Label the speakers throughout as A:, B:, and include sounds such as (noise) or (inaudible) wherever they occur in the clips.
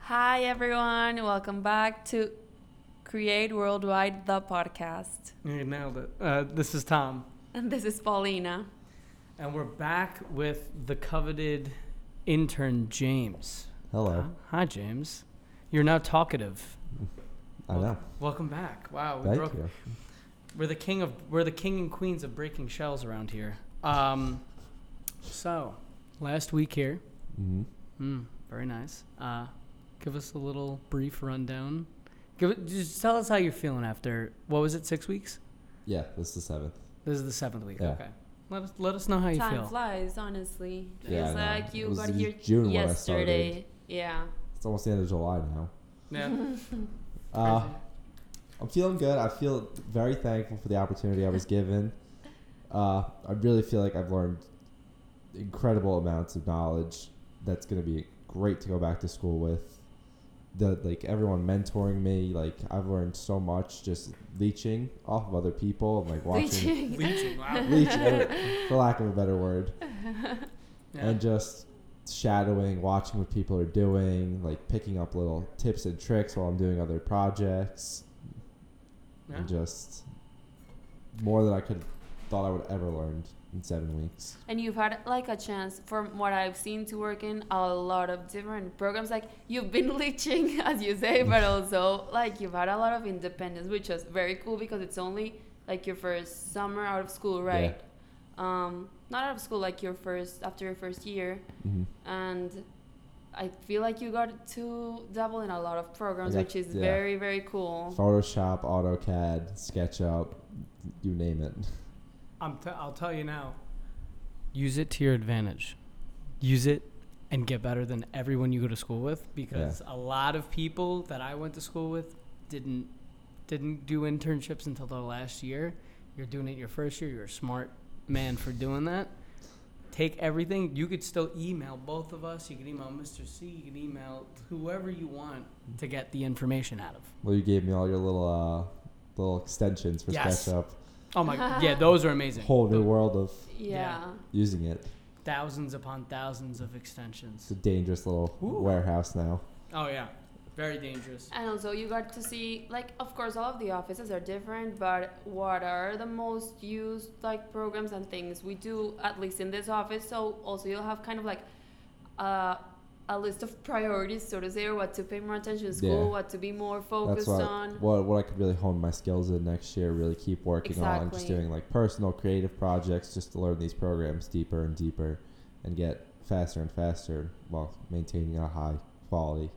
A: Hi, everyone. Welcome back to Create Worldwide, the podcast. (laughs)
B: You nailed it. Uh, this is Tom,
A: And this is Paulina.
B: and we're back with the coveted intern James.
C: Hello.
B: Huh? Hi, James. You're now talkative.
C: I know.
B: Welcome back. Wow, we
C: Thank
B: broke.
C: you.
B: We're the king of we're the king and queens of breaking shells around here. Um, so last week here,
C: hmm
B: mm, very nice. Uh, give us a little brief rundown. Give it, just tell us how you're feeling after what was it six weeks?
C: Yeah, this is the seventh.
B: This is the seventh week.
C: Yeah.
B: Okay. Let us let us know how you
A: Time
B: feel.
A: flies, honestly.
C: Yeah,
A: Feels
C: I know.
A: like you
C: It was
A: got
C: in
A: here
C: June when I
A: yesterday.
C: started.
A: yeah. (laughs)
C: It's almost the end of July now.
B: Yeah.
C: Uh, I'm feeling good. I feel very thankful for the opportunity I
B: (laughs)
C: was given. Uh, I really feel like I've learned incredible amounts of knowledge that's going to be great to go back to school with. The like everyone mentoring me, like I've learned so much just leeching off of other people and like watching
B: Leeching, wow.
C: leeching
B: (laughs)
C: for lack of a better word.
B: Yeah.
C: and just shadowing, watching what people are doing, like picking up little tips and tricks while I'm doing other projects,
B: Yeah.
C: and just more than I could thought I would ever learned in seven weeks.
A: And you've had like a chance, from what I've seen, to work in a lot of different programs. Like you've been (laughs) leeching, as you say, but also like you've had a lot of independence, which is very cool because it's only like your first summer out of school, right? Um, not out of school, like your first after your first year,
C: Mm-hmm.
A: and I feel like you got to dabble in a lot of programs,
C: Yeah,
A: which is
C: yeah.
A: very very cool.
C: Photoshop, AutoCAD, SketchUp, you name it.
B: I'm t- I'll tell you now. Use it to your advantage. Use it and get better than everyone you go to school with because a lot of people that I went to school with didn't didn't do internships until their last year. You're doing it your first year. You're a smart man for doing that. Take everything. You could still email both of us. You could email Mr. C. You could email whoever you want to get the information out of.
C: Well, you gave me all your little uh, little extensions for
B: Yes.
C: SketchUp.
B: Oh my! yeah, those are amazing.
C: Whole new
B: The-
C: world of
A: yeah.
C: using it.
B: thousands upon thousands of
C: It's
B: extensions.
C: a dangerous little
B: Ooh.
C: warehouse now.
B: Oh yeah, very dangerous.
A: And also, you got to see, like, of course, all of the offices are different, but what are the most used, like, programs and things we do, at least in this office? So, also, you'll have kind of like uh, a list of priorities, so to say, or what to pay more attention to school,
C: Yeah.
A: what to be more
C: That's
A: focused
C: what,
A: on.
C: what what I could really hone my skills in next year. Really keep working on just
A: Exactly.
C: doing like personal creative projects, just to learn these programs deeper and deeper, and get faster and faster while maintaining a high quality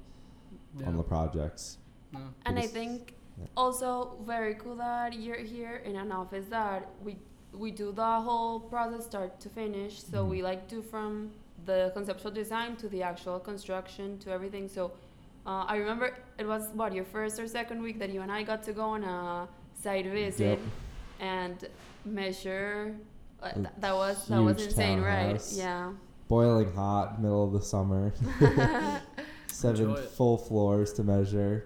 C: on the projects.
A: And I
C: Because-
A: think
C: yeah.
A: also very cool that you're here in an office that we we do the whole process start to finish. So
C: Mhm.
A: we like do from the conceptual design to the actual construction to everything. So uh, I remember it was what your first or second week that you and I got to go on a site visit and measure. Uh,
C: A
A: th- that was that was
C: huge
A: insane,
C: townhouse.
A: right?
C: Boiling hot, middle of the
A: (laughs)
C: summer, (laughs)
A: Yeah.
C: seven
B: Enjoy it.
C: full floors to measure.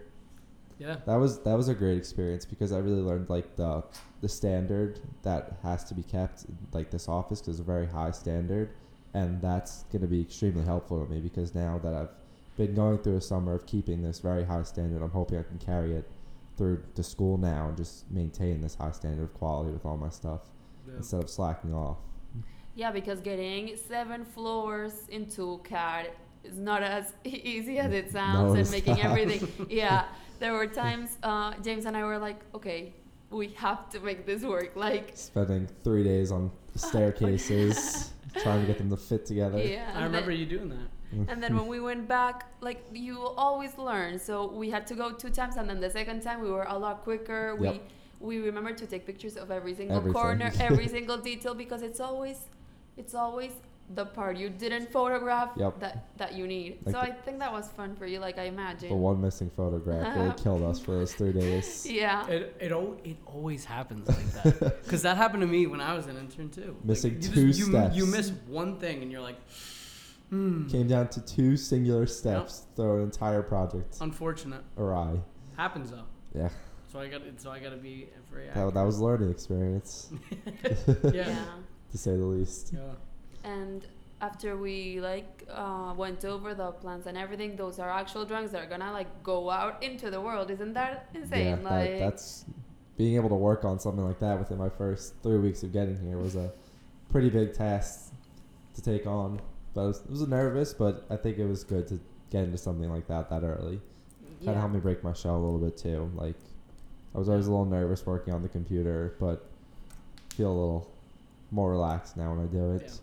B: Yeah.
C: That was that was a great experience because I really learned like the the standard that has to be kept like this office because it's a very high standard, and that's going to be extremely helpful to me because now that I've been going through a summer of keeping this very high standard, I'm hoping I can carry it through to school now and just maintain this high standard of quality with all my stuff instead of slacking off.
A: Yeah, because getting seven floors into CAD is not as (laughs) e- easy as it sounds, and
C: it's
A: making
C: not. (laughs)
A: everything. Yeah, there were times uh, James and I were like, okay, we have to make this work. Like,
C: Spending three days on
A: (laughs)
C: staircases trying to get them to fit together.
A: yeah.
B: I
A: and
B: remember
A: then-
B: you doing that.
A: and
C: (laughs)
A: then when we went back, like you always learn. So we had to go two times, and then the second time we were a lot quicker.
C: Yep.
A: We we remembered to take pictures of every single
C: Everything. (laughs)
A: corner, every single detail, because it's always, it's always the part you didn't photograph
C: Yep.
A: that that you need.
C: Like
A: so
C: the-
A: I think that was fun for you, like I imagine.
C: The one missing photograph
A: (laughs)
C: really killed us for those three days.
A: yeah.
B: It it, al- it always happens like
C: (laughs)
B: that because that happened to me when I was an intern too. Like,
C: Missing
B: you
C: two
B: you,
C: steps.
B: You miss one thing and you're like, Mm.
C: Came down to two singular steps through an entire project
B: Unfortunate.
C: awry.
B: Happens though.
C: Yeah.
B: So I got. So I got to be very.
C: That, that was a learning
A: (laughs)
C: experience, (laughs)
B: accurate.
A: yeah.
B: (laughs) yeah.
C: to say the least.
B: yeah.
A: And after we like uh, went over the plans and everything, those are actual drawings that are gonna like go out into the world. Isn't that insane?
C: Yeah,
A: like
C: that, that's being able to work on something like that within my first three weeks of getting here was a pretty big task to take on. But I was, I was nervous, but I think it was good to get into something like that that early. Kind of
A: yeah.
C: helped me break my shell a little bit too. Like I was always a little nervous working on the computer, but feel a little more relaxed now when I do it.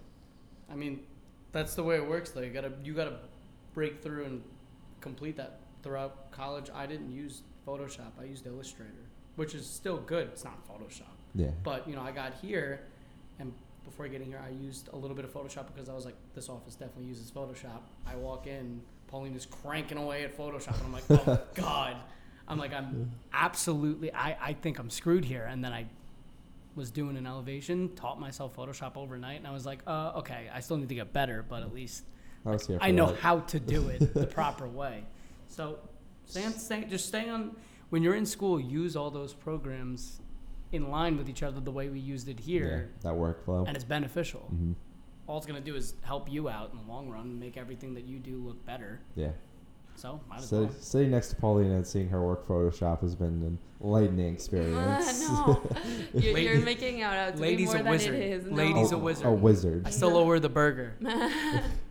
B: I mean, that's the way it works though. You gotta. You gotta break through and complete that throughout college. I didn't use Photoshop. I used Illustrator, which is still good. It's not Photoshop.
C: Yeah.
B: But you know, I got here, and before getting here, I used a little bit of Photoshop because I was like, this office definitely uses Photoshop. I walk in, Pauline is cranking away at Photoshop, and I'm like, oh god. I'm like, I'm absolutely. I I think I'm screwed here. And then I was doing an elevation, taught myself Photoshop overnight, and I was like, uh, okay, I still need to get better, but at least
C: I was here for
B: I know
C: that.
B: how to do it
C: (laughs)
B: the proper way. So, stay on, stay, just stay on. When you're in school, use all those programs in line with each other the way we used it here,
C: Yeah, that workflow.
B: and it's beneficial.
C: hmm
B: All it's gonna do is help you out in the long run, and make everything that you do look better.
C: Yeah.
B: So, might as
C: So
B: well.
C: sitting next to Paulina and seeing her work Photoshop has been an enlightening experience.
A: (laughs)
C: (laughs)
A: no, you're, you're
B: Lady-
A: making it out to
B: Lady's
A: be
B: a
A: more than
B: wizard.
A: it is. No.
C: (laughs)
B: Lady's a wizard.
C: A wizard.
B: I still owe her the burger,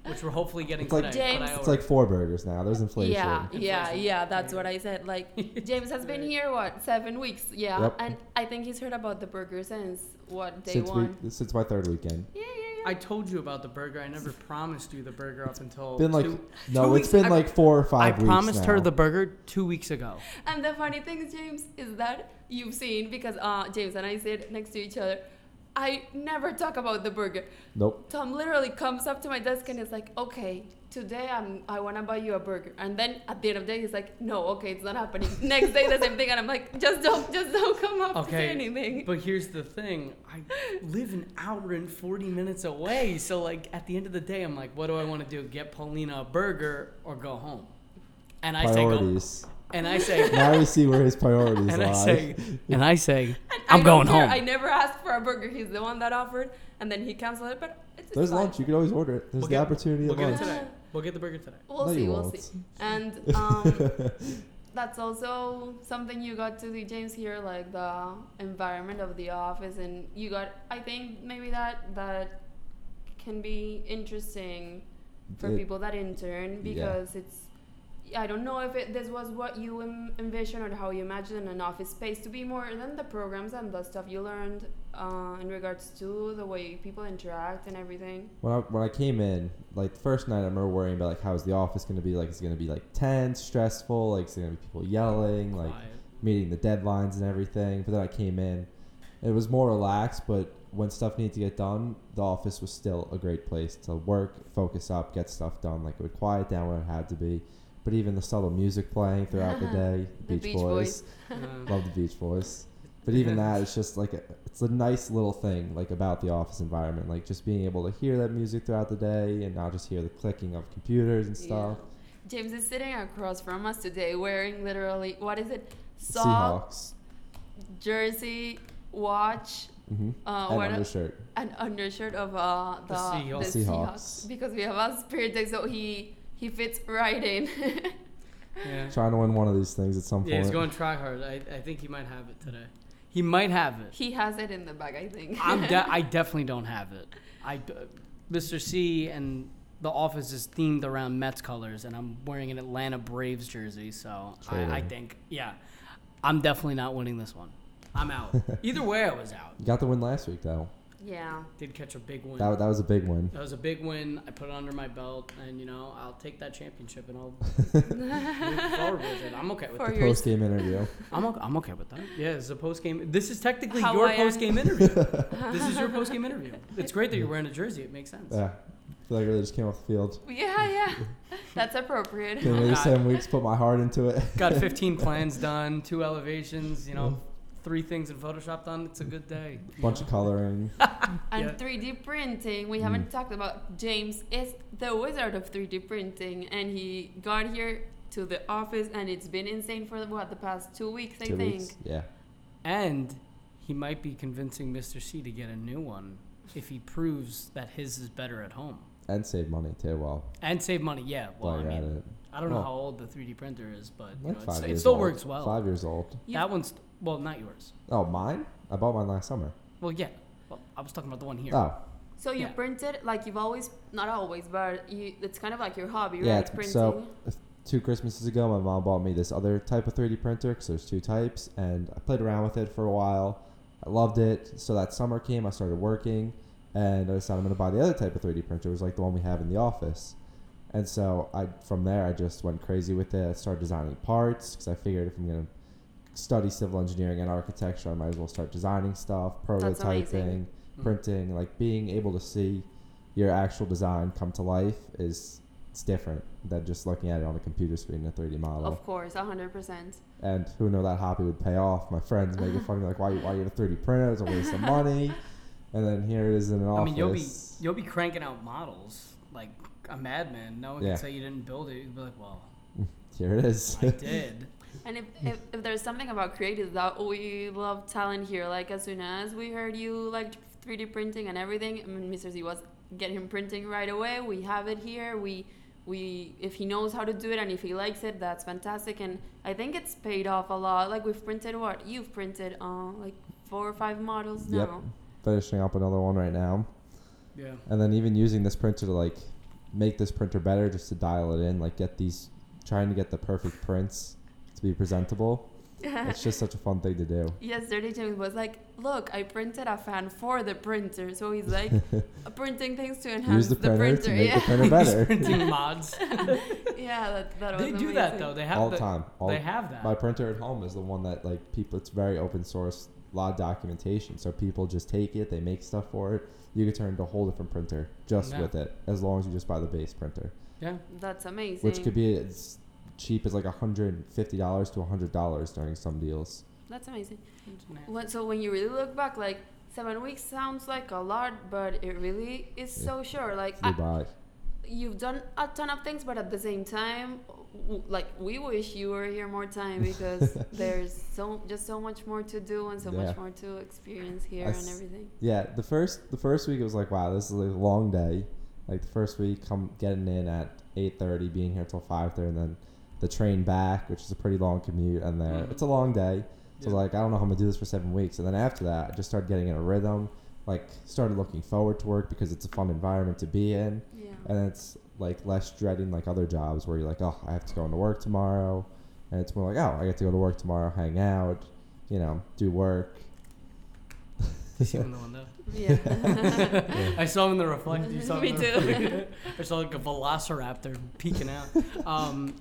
B: which we're hopefully getting
C: It's like-
B: today. but I
A: James-
B: owe
C: It's
B: her-
C: like four burgers now. There's inflation.
A: Yeah, yeah,
B: Inflation.
A: yeah. That's
B: Yeah.
A: what I said.
B: (laughs)
A: Like James has been
B: Right.
A: here what seven weeks? Yeah,
C: Yep.
A: and I think he's heard about the burger since what day
C: since
A: one.
C: we since my third weekend.
A: yeah, yeah, yeah.
B: I told you about the burger. I never promised you the burger up until
C: Been like
B: two,
C: no,
B: two
C: it's
B: weeks-
C: been
B: I-
C: like four or
B: I
C: five. weeks
B: promised her
C: now.
B: the burger two weeks ago.
A: And the funny thing, James, is that you've seen because uh, James and I sit next to each other. I never talk about the burger.
C: Nope.
A: Tom literally comes up to my desk and is like, "Okay, today I'm I want to buy you a burger." And then at the end of the day, he's like, "No, okay, it's not happening." (laughs) Next day, the same thing, and I'm like, "Just don't, just don't come up to
B: Okay,
A: say anything."
B: But here's the thing: I live an hour and forty minutes away. So, like, at the end of the day, I'm like, what do I want to do? Get Paulina a burger or go home? And I say, go,
C: (laughs) Priorities.
B: and I say,
C: now we see where his priorities
B: (laughs) and
C: lie.
B: I say, and I say,
A: And
B: I'm
A: I don't
B: going
A: care.
B: home.
A: I never asked for a burger. He's the one that offered, and then he canceled it. But it's, it's
C: There's
A: fine.
C: lunch. You can always order it.
B: We'll
C: There's the
B: get-
C: opportunity
B: we'll
C: of
B: get it
C: lunch.
B: today. We'll get the burger today.
A: We'll
C: No,
A: see.
C: you
A: We'll
C: won't.
A: see.
C: (laughs)
A: And um, that's also something you got to do, James. Here, like the environment of the office, and you got. I think maybe that that can be interesting for
C: It-
A: people that intern
C: yeah.
A: because it's. I don't know if it, this was what you em- envisioned or how you imagined an office space to be more than the programs and the stuff you learned uh, in regards to the way people interact and everything.
C: When I, when I came in, like the first night, I remember worrying about like how's the office gonna be? Like it's gonna be like tense, stressful. Like it's gonna be people yelling. Like
B: Quiet.
C: meeting the deadlines and everything. But then I came in, it was more relaxed. But when stuff needed to get done, the office was still a great place to work, focus up, get stuff done. Like it would quiet down when it had to be. But even the subtle music playing
A: (laughs)
C: throughout the day,
A: The
C: Beach,
A: Beach
C: Boys,
B: Uh,
C: love the Beach Boys. But even that, it's just like a, it's a nice little thing like about the office environment, like just being able to hear that music throughout the day and not just hear the clicking of computers and stuff.
A: Yeah. James is sitting across from us today wearing literally, what is it? Sock,
C: Seahawks,
A: jersey, watch,
C: mm-hmm.
A: uh,
C: and
A: what,
C: undershirt.
A: an undershirt of uh, the,
B: The Seahawks.
C: Seahawks.
A: Because we have a spirit deck, so he, he fits right in. (laughs)
B: yeah.
C: Trying to win one of these things at some
B: yeah,
C: point.
B: he's going try hard. I, I think he might have it today. He might have it.
A: he has it in the bag, I think.
B: I'm de- I definitely don't have it. I, Mr. C and the office is themed around Mets colors, and I'm wearing an Atlanta Braves jersey, so I, I
C: Trailer.
B: think, yeah, I'm definitely not winning this one. I'm
C: (laughs)
B: out. Either way, I was out.
C: You got the win last week though.
A: (laughs) yeah.
B: Did catch a big win.
C: That, that was a big win.
B: That was a big win. I put it under my belt, and you know, I'll take that championship, and I'll move forward with it. I'm okay with
A: For
B: that.
A: your
C: Post game interview.
B: I'm okay, I'm okay with that. Yeah, it's a post game. This is technically
A: Hawaiian.
B: your post game
C: (laughs)
B: interview. this is your post game interview. It's great that you're wearing a jersey. It makes sense.
C: yeah, I feel like I really just came off the field.
A: Yeah, yeah. That's appropriate.
C: Been
B: Oh,
C: there
B: God.
C: seven weeks, put my heart into it.
B: Got 15 plans done, two elevations, you know, three things in Photoshop done, it's a good day.
C: bunch of coloring.
A: And
B: Yeah.
A: 3D printing, we haven't
C: Mm.
A: talked about. James is the wizard of 3D printing, and he got here to the office, and it's been insane for what the past two weeks, I
C: two
A: think.
C: weeks. Yeah.
B: And he might be convincing Mr. C to get a new one if he proves that his is better at home.
C: And save money too while
B: And save money, yeah. Well,
C: while
B: I
C: you're at
B: mean,
C: it.
B: I don't know
C: Well,
B: how old the 3D printer is, but you
C: Like
B: know,
C: five
B: it's, it
C: years
B: still
C: old.
B: works well.
C: Five years old.
A: You-
B: That one's, well, not yours.
C: Oh, mine? I bought mine last summer.
B: Well, yeah. Well, I was talking about the one here.
C: Oh,
A: So you
B: Yeah.
A: printed like you've always, not always, but you, it's kind of like your hobby,
C: Yeah,
A: right?
C: it's-
A: Printing.
C: so- two Christmases ago, my mom bought me this other type of 3D printer because there's two types, and I played around with it for a while. I loved it. So that summer came, I started working, and I decided I'm going to buy the other type of 3D printer, which is like the one we have in the office. And so I, from there, I just went crazy with it. I started designing parts because I figured if I'm going to study civil engineering and architecture, I might as well start designing stuff, prototyping,
A: amazing.
B: Mhm.
C: printing. Like being able to see your actual design come to life is it's different than just looking at it on a computer screen in a 3D model.
A: of course, hundred percent.
C: And who knew that hobby would pay off? My
B: (laughs)
C: friends making fun of me like, why, why you have a 3D printer? It's a waste of money. And then here it is in an
B: I
C: office.
B: mean, you'll be you'll be cranking out models like a madman. No one
C: Yeah.
B: can say you didn't build it. You'd be like, well,
C: here it is. (laughs)
B: I did.
A: And if, if, if there's something about creatives that we love talent here, like as soon as we heard you like 3D printing and everything, I mean, Mr. Z was get him printing right away. We have it here. We we if he knows how to do it and if he likes it, that's fantastic. And I think it's paid off a lot. Like we've printed what you've printed, uh, like four or five models
C: Yep.
A: now.
C: Finishing up another one right now.
B: yeah.
C: And then even using this printer to like make this printer better, just to dial it in, like get these, trying to get the perfect prints to be
B: (laughs)
C: presentable.
A: (laughs)
C: it's just such a fun thing to do.
A: Yesterday, James was like, "Look, I printed a fan for the printer." So he's
C: (laughs)
A: like, printing things to enhance
C: Use the printer,
A: printer.
C: to make
A: yeah,
C: the
B: (laughs)
C: printer
A: (laughs)
C: better.
B: Printing mods.
A: yeah, that, that was
B: they do that
A: amazing.
B: though. They have
C: all the
B: the,
C: time. All
B: They have that.
C: my printer at home is the one that like people it's very open source a lot of documentation so people just take it they make stuff for it you could turn into a whole different printer just
B: Yeah.
C: with it as long as you just buy the base printer (laughs)
B: yeah.
A: That's amazing.
C: which could be as cheap as like $150 to $100 during some deals
A: That's amazing. When, so when you really look back, like seven weeks sounds like a lot, but it really is
C: Yeah.
A: so short. Like
C: if you
A: I,
C: buy it.
A: you've done a ton of things, but at the same time, w- like we wish you were here more
C: (laughs)
A: time because there's so just so much more to do and so
C: Yeah.
A: much more to experience here and
C: s-
A: everything.
C: (laughs) yeah the first the first week it was like wow this is a long day like the first week come getting in at 8.30 being here till 5.30 and then the train back which is a pretty long commute and there
B: Mhm.
C: it's a long day So
B: Yeah.
C: like I don't know how I'm gonna do this for seven weeks, and then after that, I just started getting in a rhythm. Like started looking forward to work because it's a fun environment to be in,
A: Yeah.
C: and it's like less dreading like other jobs where you're like, oh, I have to go into work tomorrow, and it's more like, oh, I get to go to work tomorrow, hang out, you know, do work.
B: You see him in the window.
A: (laughs) Yeah. (laughs)
B: I saw him in the reflector. You saw him
A: Me
B: in the
A: too.
B: reflector.
A: (laughs)
B: I saw like a velociraptor peeking out. Um,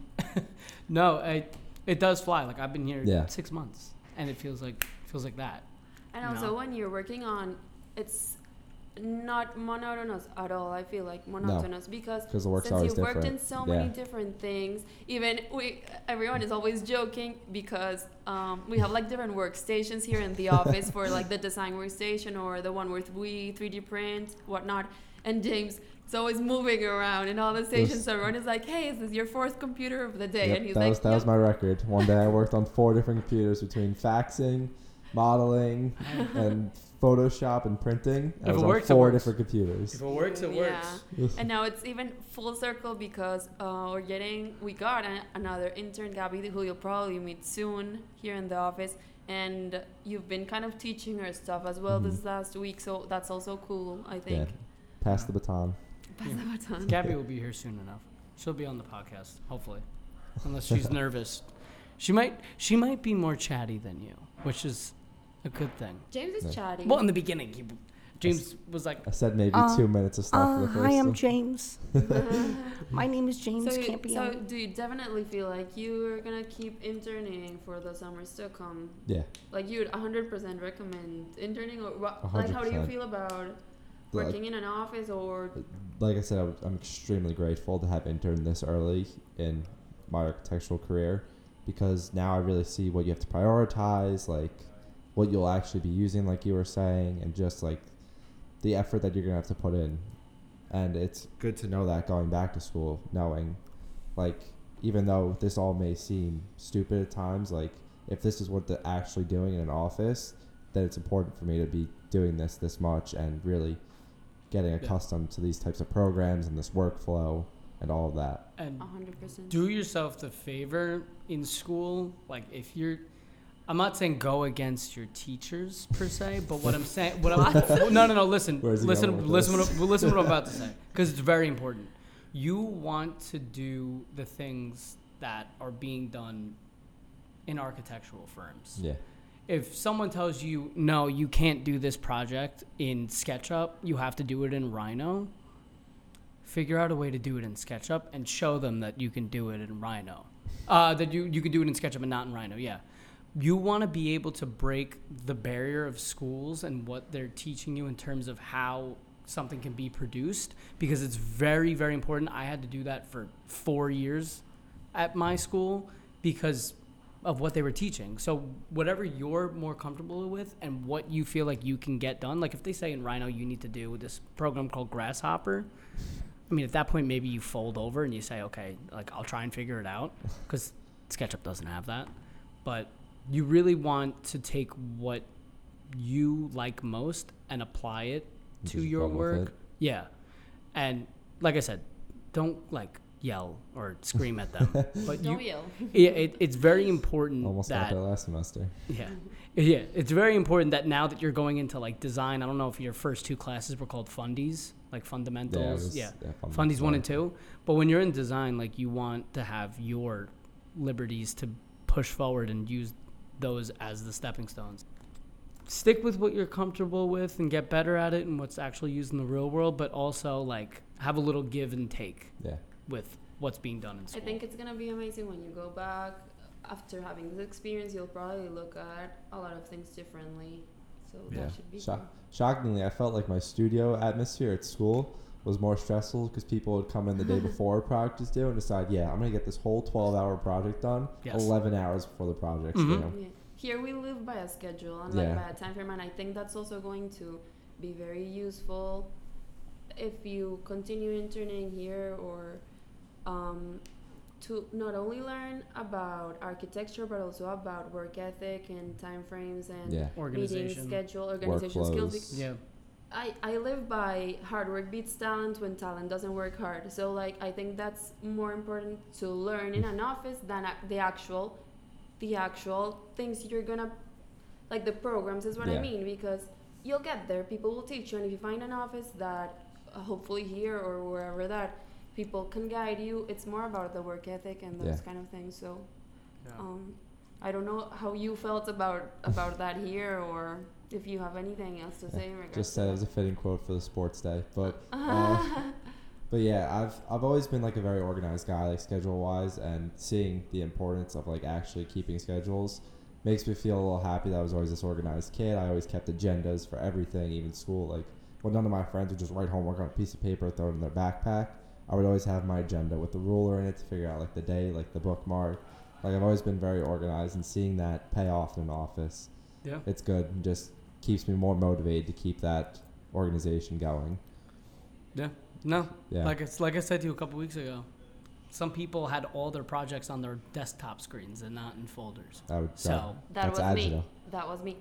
B: (laughs) no, I, it does fly. Like I've been here
C: Yeah.
B: six months, and it feels like feels like that.
A: And also,
B: No.
A: when you're working on, it's not monotonous at all. I feel like monotonous because
C: 'Cause the work's
A: since
C: always
A: you've worked in
C: different.
A: so
C: Yeah.
A: many different things, even we everyone is always joking because um, we have like different workstations here in the
C: (laughs)
A: office for like the design workstation or the one with we 3D print whatnot. And James. is always moving around in all the stations. So everyone is like, "Hey, is this your fourth computer of the day?"
C: Yep,
A: and he's
C: that
A: like,
C: was that was my record. One day I worked on four different computers between faxing,
A: (laughs)
C: modeling, and Photoshop and printing. I
B: If
C: was
B: it
C: on
B: works, it
C: four
B: works.
C: different computers.
B: If it works, it
A: Yeah.
B: works.
A: and now it's even full circle because uh, we're getting we got an, another intern gabby who you'll probably meet soon here in the office and you've been kind of teaching her stuff as well
B: Mm-hmm.
A: this last week so that's also cool i think
C: Pass the baton.
A: Pass the baton.
B: Gabby will be here soon enough. She'll be on the podcast, hopefully, unless she's
C: (laughs)
B: nervous. She might. She might be more chatty than you, which is a good thing.
A: james is
C: Yeah.
A: chatting
B: Well, in the beginning, he, James was like,
C: I said maybe
D: Uh,
C: two minutes of stuff for
D: Uh,
C: the first
D: hi, I'm
C: one. (laughs)
D: James. Uh, My name is James
A: so, you, so
D: Campion.
A: do you definitely feel like you're gonna keep interning for the summers to come
C: yeah.
A: like you would 100% recommend interning or what, like how do you
C: 100%.
A: feel about
C: Like,
A: working in an office or
C: like I said, I'm, I'm extremely grateful to have interned this early in my architectural career because now I really see what you have to prioritize, like what you'll actually be using, like you were saying, and just like the effort that you're gonna have to put in. And it's good to know that going back to school, knowing like even though this all may seem stupid at times, like if this is what they're actually doing in an office, then it's important for me to be doing this this much and really getting accustomed to these types of programs and this workflow and all of that.
B: And
A: 100%.
B: um, do yourself the favor in school like if you're i'm not saying go against your teachers per se but what i'm saying what
C: (laughs)
B: i'm no no no listen
C: Where's he going
B: listen
C: with
B: listen
C: this?
B: what, I'm- listen what i'm about to
C: (laughs)
B: say because it's very important you want to do the things that are being done in architectural firms
C: Yeah.
B: if someone tells you no you can't do this project in sketchup you have to do it in rhino figure out a way to do it in sketchup and show them that you can do it in rhino uh, that you, you can do it in sketchup and not in rhino yeah you want to be able to break the barrier of schools and what they're teaching you in terms of how something can be produced because it's very very important i had to do that for four years at my school because of what they were teaching. So whatever you're more comfortable with and what you feel like you can get done, like if they say in Rhino you need to do this program called Grasshopper, I mean at that point maybe you fold over and you say okay, like I'll try and figure it out because SketchUp doesn't have that. But you really want to take what you like most and apply it
C: And
B: to
C: just
B: your
C: run with
B: work.
C: it.
B: Yeah. And like I said, don't like yell or scream at
C: (laughs)
B: them. but you,
A: Don't yell.
B: yeah, it, it's very important
C: Almost got
B: that
C: there last semester.
B: yeah, (laughs) yeah, it's very important that now that you're going into like design. I don't know if your first two classes were called fundies, like
C: Yeah, it
B: fundamentals.
C: was-
B: yeah,
C: fun-
B: fundies one
C: fun.
B: and two. But when you're in design, like you want to have your liberties to push forward and use those as the stepping stones. Stick with what you're comfortable with and get better at it and what's actually used in the real world, but also like have a little give and take
C: Yeah.
B: with what's being done in
A: I
B: school.
A: think it's gonna be amazing when you go back. After having this experience, you'll probably look at a lot of things differently. So
C: Yeah.
A: that should be
C: Shock- shockingly, I felt like my studio atmosphere at school was more stressful because people would come in the day
A: (laughs)
C: before a project is due and decide, yeah, I'm gonna get this whole 12 hour project done,
B: Yes.
C: 11 hours before the project's
B: Mhm.
C: due.
A: cool. Yeah. Here we live by a schedule and like
C: Yeah.
A: by a time frame, and I think that's also going to be very useful if you continue interning here or um, to not only learn about architecture but also about work ethic and time frames and
C: Yeah.
A: meeting
B: Organization.
A: schedule, organization skills.
C: Workflows.
B: Yeah.
A: I, I live by hard work beats talent when talent doesn't work hard. So like I think that's more important to learn in an office than a- the actual the actual things you're gonna like the programs is what
C: Yeah.
A: I mean because you'll get there. People will teach you, and if you find an office that uh, hopefully here or wherever that people can guide you, it's more about the work ethic and those
C: Yeah.
A: kind of things. So um, I don't know how you felt about about that here or if you have anything else to
C: Yeah.
A: say in regards
C: Just
A: to
C: said it
A: that.
C: was a fitting quote for the sports day, but Uh, But yeah, I've I've always been like a very organized guy, like schedule wise, and seeing the importance of like actually keeping schedules makes me feel a little happy that I was always this organized kid. I always kept agendas for everything, even school. Like when none of my friends would just write homework on a piece of paper, throw it in their backpack. I would always have my agenda with the ruler in it to figure out like the day, like the bookmark. Like I've always been very organized, and seeing that pay off in an office,
B: Yeah.
C: it's good and just keeps me more motivated to keep that organization going.
B: No,
C: Yeah.
B: Like it's like I said to you a couple weeks ago, some people had all their projects on their desktop screens and not in folders.
C: I would
B: So
A: That
C: That's
A: was me.
C: agile.
A: That was
C: (laughs)
A: me.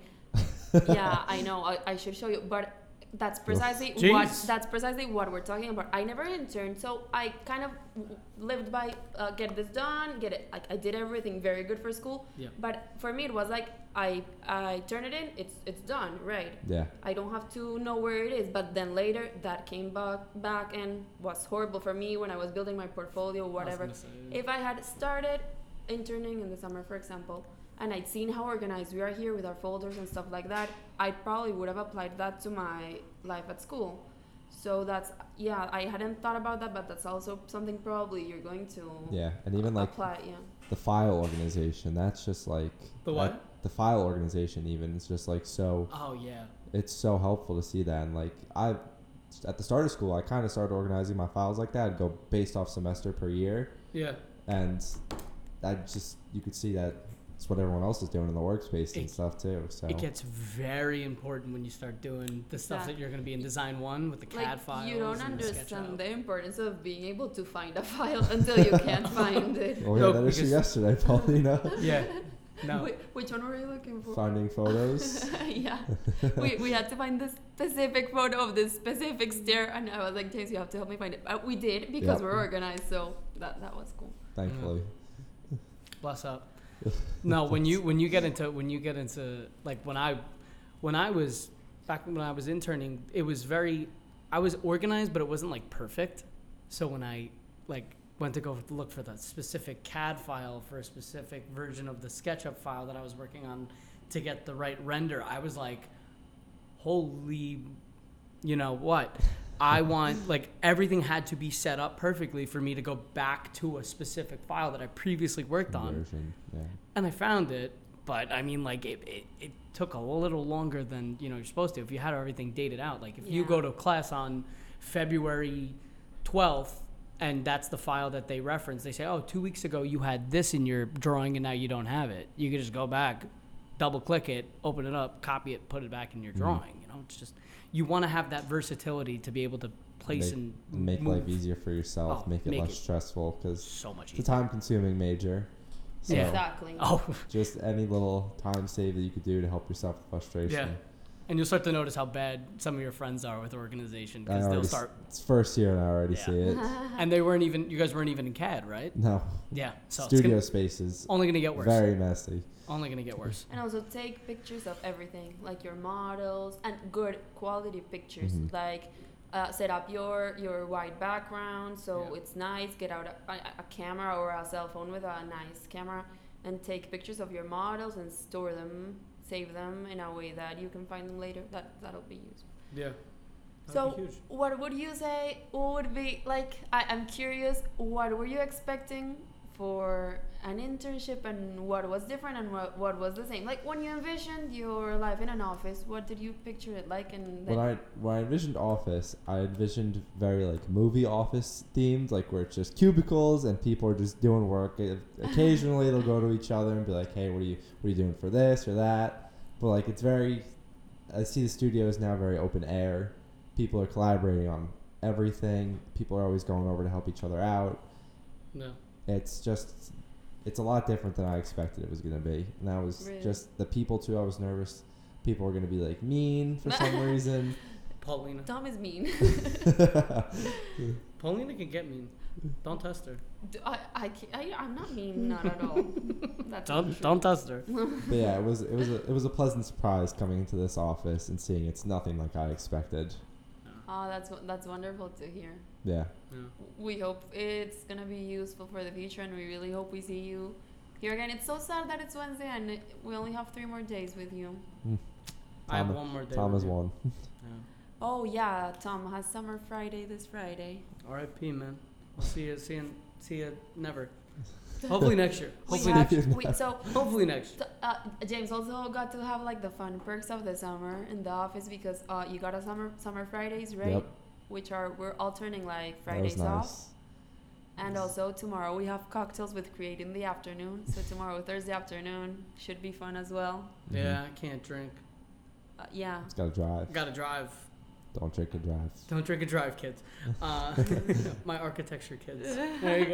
A: yeah, I know. I, I should show you, but that's precisely what
B: Jeez.
A: that's precisely what we're talking about. I never interned, so I kind of w- lived by uh, get this done, get it. Like I did everything very good for school,
B: Yeah.
A: but for me it was like I I turn it in, it's it's done, right?
C: yeah.
A: I don't have to know where it is. But then later that came back back and was horrible for me when I was building my portfolio, whatever. If I had started interning in the summer, for example, and I'd seen how organized we are here with our folders and stuff like that, I probably would have applied that to my life at school. So that's yeah, I hadn't thought about that, but that's also something probably you're going to
C: Yeah, and even like
A: apply. Yeah,
C: the file organization, that's just like
B: The
C: that-
B: what?
C: the file organization even it's just like so
B: oh yeah,
C: it's so helpful to see that and like I at the start of school I kind of started organizing my files like that. I'd go based off semester per year
B: yeah,
C: and I just you could see that it's what everyone else is doing in the workspace and
B: It-
C: stuff too. So
B: It gets very important when you start doing the stuff
A: Yeah.
B: that you're going to be in design one with the CAD
A: Like
B: files.
A: you don't
B: and the sketch
A: understand
B: out.
A: the importance of being able to find a file (laughs) until you can't
C: (laughs)
A: find it.
C: well, we had
B: No,
C: that issue
B: because-
C: yesterday, (laughs)
B: (laughs)
C: Paulina.
B: Yeah.
A: (laughs)
B: No.
A: Wh- Which one were you looking for?
C: Finding
B: (laughs)
C: photos.
B: Mm.
A: (laughs) yeah. We, we had to find this specific photo of this specific stair, and I was like, James, you have to help me find it. But we did because
C: Yep.
A: we're organized, so that, that was cool.
C: Thankfully,
B: bless up no when you when you get into when you get into like when i when i was back when i was interning it was very i was organized but it wasn't like perfect so when i like went to go look for the specific cad file for a specific version of the sketchup file that i was working on to get the right render i was like holy you know what i want like everything had to be set up perfectly for me to go back to a specific file that i previously worked on
C: version. Yeah.
B: and I found it. But I mean, like it, it, it took a little longer than you know you're supposed to. If you had everything dated out, like if you
A: Yeah.
B: go to class on February 12th and that's the file that they reference, they say, oh, two weeks ago you had this in your drawing and now you don't have it. You can just go back, double click it, open it up, copy it, put it back in your
C: Mhm.
B: drawing. You know, it's just you want to have that versatility to be able to place
C: Make-
B: and
C: Make
B: move
C: life easier for yourself.
B: Oh,
C: make it
B: make
C: less
B: it-
C: stressful because
B: so much
C: it's a
B: easier.
C: time-consuming major. So
B: Yeah.
A: Exactly.
B: Oh,
C: just any little time save that you could do to help yourself with frustration.
B: Yeah. And you'll start to notice how bad some of your friends are with organization
C: I
B: because they'll
C: already
B: start,
C: s- it's first year and I already
B: Yeah.
C: see
B: (laughs)
C: it.
A: Uh-huh.
B: and they weren't even. You guys weren't even in CAD, right?
C: No,
B: Yeah. So it's
C: studio
B: gonna,
C: spaces
B: only gonna get worse.
C: very messy.
B: Only gonna get worse.
A: And also take pictures of everything, like your models and good quality pictures.
C: Mhm.
A: Like uh, set up your your white background so
B: Yeah.
A: it's nice. Get out a, a- a camera or a cell phone with a nice camera and take pictures of your models and store them, save them in a way that you can find them later. That that'll be useful.
B: Yeah.
A: So, what would you say? What would be like? I, I'm curious. What were you expecting for an internship, and what was different, and what, what was the same? Like when you envisioned your life in an office, what did you picture it like? And then,
C: When I when I envisioned office, I envisioned very like movie office themed, like where it's just cubicles and people are just doing work.
A: (laughs)
C: Uh, Occasionally they'll go to each other and be like, "Hey, what are you what are you doing for this or that?" But like it's very, I see the studio is now very open air. People are collaborating on everything. People are always going over to help each other out.
B: No.
C: it's just it's a lot different than I expected it was gonna be. And that was
A: Really?
C: just the people too. I was nervous. People were gonna be like mean for some
A: (laughs)
C: reason.
B: Paulina.
A: Tom is mean. (laughs)
B: Paulina can get mean. Don't test her.
A: Do I, I, can't- I, I'm not mean, not at
B: (laughs)
A: all. That's not
B: Don't
A: true.
B: don't test her.
C: But yeah, it was it was a it was a pleasant surprise coming into this office and seeing it's nothing like I expected.
A: Oh, that's wo- that's wonderful to hear.
C: Yeah,
B: No.
A: we hope it's gonna be useful for the future and we really hope we see you here again it's so sad that it's wednesday and it- we only have three more days with you
B: I have
C: Thomas-
B: one more day.
C: Tom
B: with
C: has
B: you.
C: won. (laughs)
B: Yeah.
A: oh yeah tom has summer friday this friday
B: R.I.P. Man. We'll see you. See you. See you. Never.
A: (laughs)
B: Hopefully next year.
A: we
B: Hopefully
A: have
B: next. year.
A: we, so
B: Hopefully next. year.
A: t- uh, james also got to have like the fun perks of the summer in the office because uh, you got a summer summer fridays right
C: Yep,
A: which are we're alternating like
C: that was
A: fridays off
C: nice.
A: and also tomorrow we have cocktails with create in the afternoon so tomorrow thursday afternoon should be fun as well
C: Mhm.
B: Yeah. I can't drink.
A: uh, yeah
C: it's gotta drive.
B: Gotta drive.
C: Don't drink and drive.
B: Don't drink and drive, kids. Uh, (laughs) my architecture kids. There you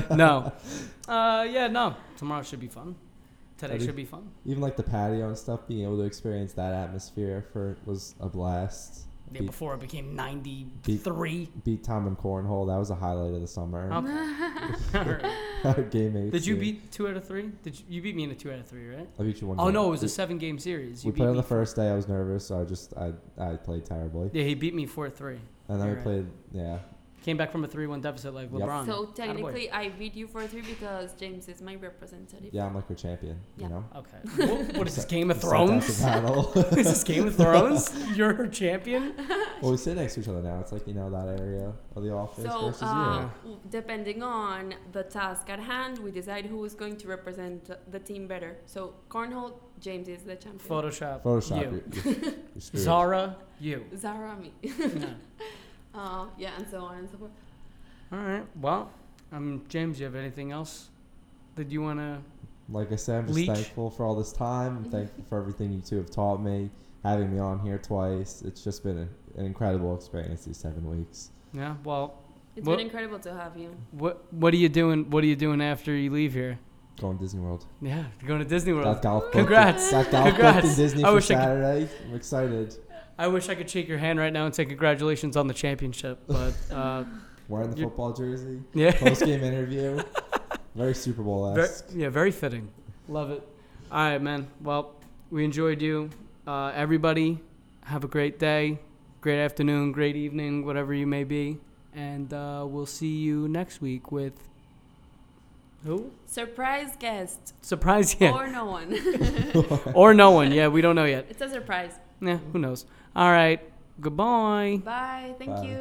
C: (laughs)
B: go. no. Uh, yeah, no. Tomorrow should be fun. Today
C: Ready?
B: should be fun.
C: Even like the patio and stuff, being able to experience that atmosphere for was a blast.
B: Yeah,
C: Beat-
B: before it became 93.
C: Beat Tom and Cornhole. That was a highlight of the summer. (laughs)
B: Okay.
C: Our game eight
B: Did you
C: series.
B: beat two out of three? Did you, you beat me in a two out of three, right?
C: I beat you one.
B: Oh,
C: game.
B: no, it was
C: We-
B: a seven game series. You
C: We
B: beat
C: played on
B: me
C: the first day. I was nervous, so I just I I played terribly,
B: Yeah, he beat me 4 3.
C: and then
B: You're
C: we
B: right.
C: played. Yeah,
B: Came back from a 3 1 deficit like
C: Yep.
B: LeBron.
A: So
B: Attaboy.
A: technically, I beat you for three because James is my representative.
C: yeah, I'm like your champion.
A: Yeah.
C: You know,
A: (laughs)
B: Okay. What, what is this, Game of
C: Just like
B: Thrones?
C: that's
B: (laughs)
C: the battle. (laughs)
B: is this Game of Thrones? You're her champion?
C: well, we sit next to each other now. It's like you know that area of the office
A: So,
C: versus
A: uh,
B: Yeah.
A: w- depending on the task at hand, we decide who is going to represent the team better. So, cornhole, James is the champion.
C: you.
B: Photoshop.
C: Photoshop.
B: You.
C: You're, you're, you're screwed.
B: Zara, (laughs) you.
A: Zara, (laughs) me.
B: No.
A: Uh, yeah, and so on and so forth.
B: All right. Well, um, James, you have anything else that you want to
C: Like I said, I'm just
B: Leech.
C: thankful for all this time. I'm thankful for everything you two have taught me, having me on here twice. It's just been a, an incredible experience these seven weeks.
B: Yeah. Well,
A: It's
B: Well-
A: been incredible to have you.
B: what what are you doing? What are you doing after you leave here?
C: Going to Disney World.
B: Yeah, you're going to Disney
C: Got
B: World.
C: golf booked-
B: Congrats.
C: Got golf booked in
B: Congrats.
C: Disney
B: I
C: for
B: wish I could-
C: Saturday. I'm excited.
B: I wish I could shake your hand right now and say congratulations on the championship, but uh, (laughs)
C: Wearing the
B: You're-
C: football jersey.
B: yeah,
C: Post game
B: (laughs)
C: interview. Very Super Bowl
B: Ver-
C: esque.
B: yeah, very fitting. Love it. All right, man. Well, we enjoyed you. Uh, everybody, have a great day, great afternoon, great evening, whatever you may be, and uh, we'll see you next week with who?
A: Surprise guest
B: Surprise, (laughs) yeah,
A: or no one. it's
B: or no one. Yeah, we don't know yet.
A: a surprise.
B: Yeah, who knows? All right. Goodbye.
A: Bye. Thank
C: Bye.
A: you.